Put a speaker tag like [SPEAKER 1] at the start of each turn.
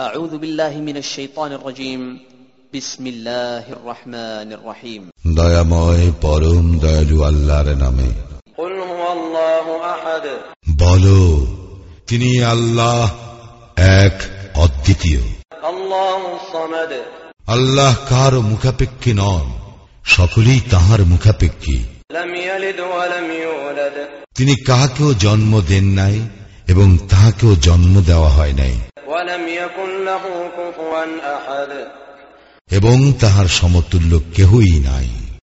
[SPEAKER 1] أعوذ بالله من الشيطان الرجيم بسم الله الرحمن الرحيم
[SPEAKER 2] দয়াময় পরম দয়ালু আল্লাহর নামে
[SPEAKER 3] قل هو الله أحد
[SPEAKER 2] বল তিনি আল্লাহ এক অদ্বিতীয়
[SPEAKER 3] الله الصمد
[SPEAKER 2] আল্লাহ কার মুখাপেক্ষী নন সকলেই তাহার মুখাপেক্ষী
[SPEAKER 3] لم يلد ولم يولد
[SPEAKER 2] তিনি কাহাকেও জন্ম দেন নাই এবং তাহাকেও জন্ম দেওয়া হয় নাই
[SPEAKER 3] ولم يكن له كفوا أحد
[SPEAKER 2] এবং তাহার সমতুল্য কেহই নাই